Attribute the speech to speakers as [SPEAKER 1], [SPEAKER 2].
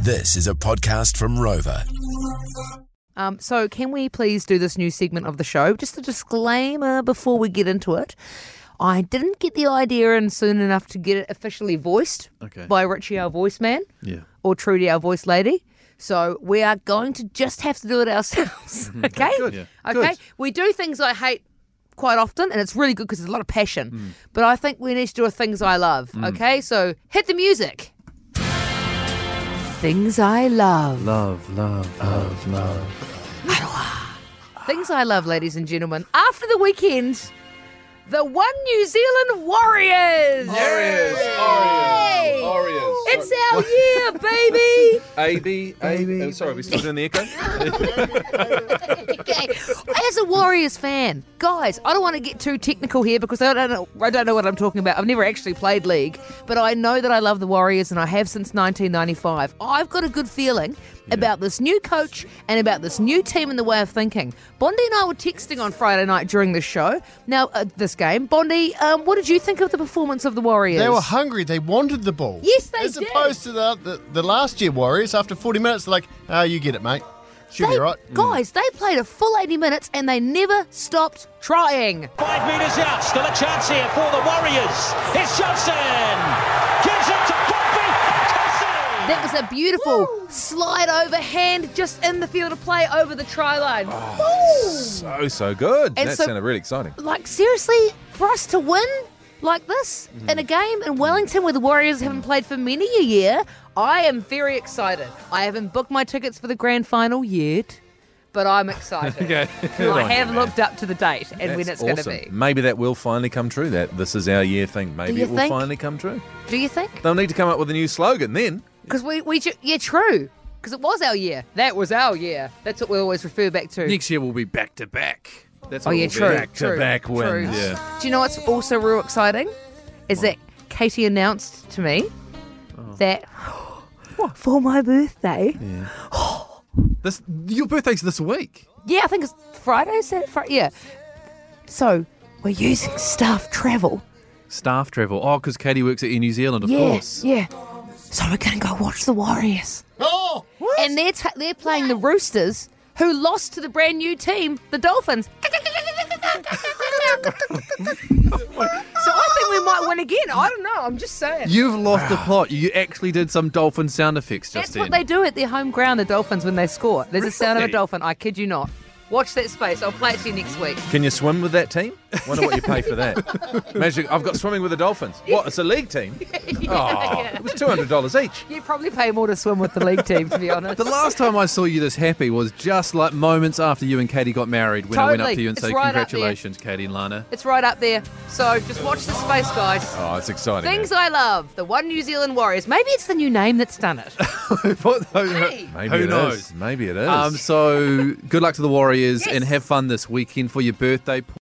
[SPEAKER 1] This is a podcast from Rover.
[SPEAKER 2] Um, so, can we please do this new segment of the show? Just a disclaimer before we get into it. I didn't get the idea in soon enough to get it officially voiced
[SPEAKER 3] Okay.
[SPEAKER 2] by Richie, our voice man,
[SPEAKER 3] Yeah.
[SPEAKER 2] or Trudy, our voice lady. So, we are going to just have to do it ourselves. okay?
[SPEAKER 3] Yeah.
[SPEAKER 2] Okay? We do things I hate quite often, and it's really good because there's a lot of passion.
[SPEAKER 3] Hmm.
[SPEAKER 2] But I think we need to do a things I love. Okay? So, hit the music. Things I love.
[SPEAKER 3] Love, love, love, love.
[SPEAKER 2] Things I love, ladies and gentlemen. After the weekend, the one New Zealand Warriors.
[SPEAKER 4] Warriors,
[SPEAKER 2] Yay!
[SPEAKER 4] Warriors, Warriors.
[SPEAKER 2] It's our year,
[SPEAKER 4] AB,
[SPEAKER 2] baby.
[SPEAKER 4] AB. Oh, sorry, we still doing the echo.
[SPEAKER 2] Okay. As a Warriors fan, guys, I don't want to get too technical here because I don't know, I don't know what I'm talking about. I've never actually played league, but I know that I love the Warriors and I have since 1995. I've got a good feeling about this new coach and about this new team and the way of thinking. Bondi and I were texting on Friday night during this show. Now, uh, this game, Bondi, um, what did you think of the performance of the Warriors?
[SPEAKER 5] They were hungry. They wanted the ball.
[SPEAKER 2] Yes, they
[SPEAKER 5] As
[SPEAKER 2] did.
[SPEAKER 5] opposed to the, the, the last year Warriors, after 40 minutes, they're like, ah, you get it, mate. Should
[SPEAKER 2] They-
[SPEAKER 5] be all right.
[SPEAKER 2] Guys, they played a full 80 minutes and they never stopped trying.
[SPEAKER 6] Five metres out, still a chance here for the Warriors. It's Johnson! Gives it to Bobby Hutcherson!
[SPEAKER 2] That was a beautiful slide over hand just in the field of play over the try line.
[SPEAKER 4] so so good.
[SPEAKER 2] And
[SPEAKER 4] that
[SPEAKER 2] so-
[SPEAKER 4] sounded really exciting.
[SPEAKER 2] Like, seriously, for us to win like this in
[SPEAKER 4] Mm.
[SPEAKER 2] a game in Wellington where the Warriors haven't played for many a year, I am very excited. I haven't booked my tickets for the grand final yet, but I'm excited. I have looked up to the date and when it's
[SPEAKER 4] That's awesome.
[SPEAKER 2] going to be.
[SPEAKER 4] Maybe that will finally come true. That this is our year thing. Maybe
[SPEAKER 2] you
[SPEAKER 4] it will
[SPEAKER 2] think?
[SPEAKER 4] finally come true.
[SPEAKER 2] Do you think?
[SPEAKER 4] They'll need to come up with a new slogan then.
[SPEAKER 2] Because we, we, ju- yeah, true. Because it was our year. That was our year. That's what we always refer back to.
[SPEAKER 3] Next year we'll be back to back. That's
[SPEAKER 2] Oh
[SPEAKER 3] what
[SPEAKER 2] yeah,
[SPEAKER 3] we'll be.
[SPEAKER 2] true.
[SPEAKER 3] Back
[SPEAKER 2] true,
[SPEAKER 3] to back
[SPEAKER 2] true.
[SPEAKER 3] wins. Yeah.
[SPEAKER 2] Do you know what's also real exciting? Is that Katie announced to me
[SPEAKER 3] Oh.
[SPEAKER 2] that for my birthday. Yeah,
[SPEAKER 3] This your birthday's this week.
[SPEAKER 2] I think it's Friday. Saturday, Friday. Yeah. So we're using staff travel.
[SPEAKER 3] Staff travel. Oh, because Katie works at Air New Zealand, of
[SPEAKER 2] yeah,
[SPEAKER 3] course.
[SPEAKER 2] yeah. So we're gonna go watch the Warriors,
[SPEAKER 5] Oh!
[SPEAKER 2] and they're ta they're playing the Roosters, who lost to the brand new team, the Dolphins. so I think we might win again. I don't know. I'm just saying.
[SPEAKER 3] You've lost
[SPEAKER 4] Ah.
[SPEAKER 3] the plot. You actually did some dolphin sound effects just
[SPEAKER 2] That's
[SPEAKER 3] then.
[SPEAKER 2] what they do at their home ground, the Dolphins, when they score. There's a sound of a
[SPEAKER 3] Really?
[SPEAKER 2] dolphin. I kid you not. Watch that space. I'll play it to you next week.
[SPEAKER 4] Can you swim with that team? Wonder what you pay for that. Imagine I've got swimming with the Dolphins. What? It's a league team. Oh, it was two hundred dollars each.
[SPEAKER 2] You probably pay more to swim with the league team, to be honest.
[SPEAKER 3] the last time I saw you this happy was just like moments after you and Katie got married when I went up
[SPEAKER 2] Totally.
[SPEAKER 3] to you and
[SPEAKER 2] It's
[SPEAKER 3] said,
[SPEAKER 2] right up there.
[SPEAKER 3] Congratulations, Katie and Lana.
[SPEAKER 2] it's right up there. So just watch the space, guys.
[SPEAKER 4] Oh, it's exciting. man.
[SPEAKER 2] Things I love. The one New Zeland Warriors. Maybe it's the new name that's done it. Hey.
[SPEAKER 4] Maybe
[SPEAKER 3] Who
[SPEAKER 4] it is.
[SPEAKER 3] knows?
[SPEAKER 4] Maybe it is.
[SPEAKER 3] Um, so good luck to the Warriors
[SPEAKER 2] Yes.
[SPEAKER 3] and have fun this weekend for your birthday.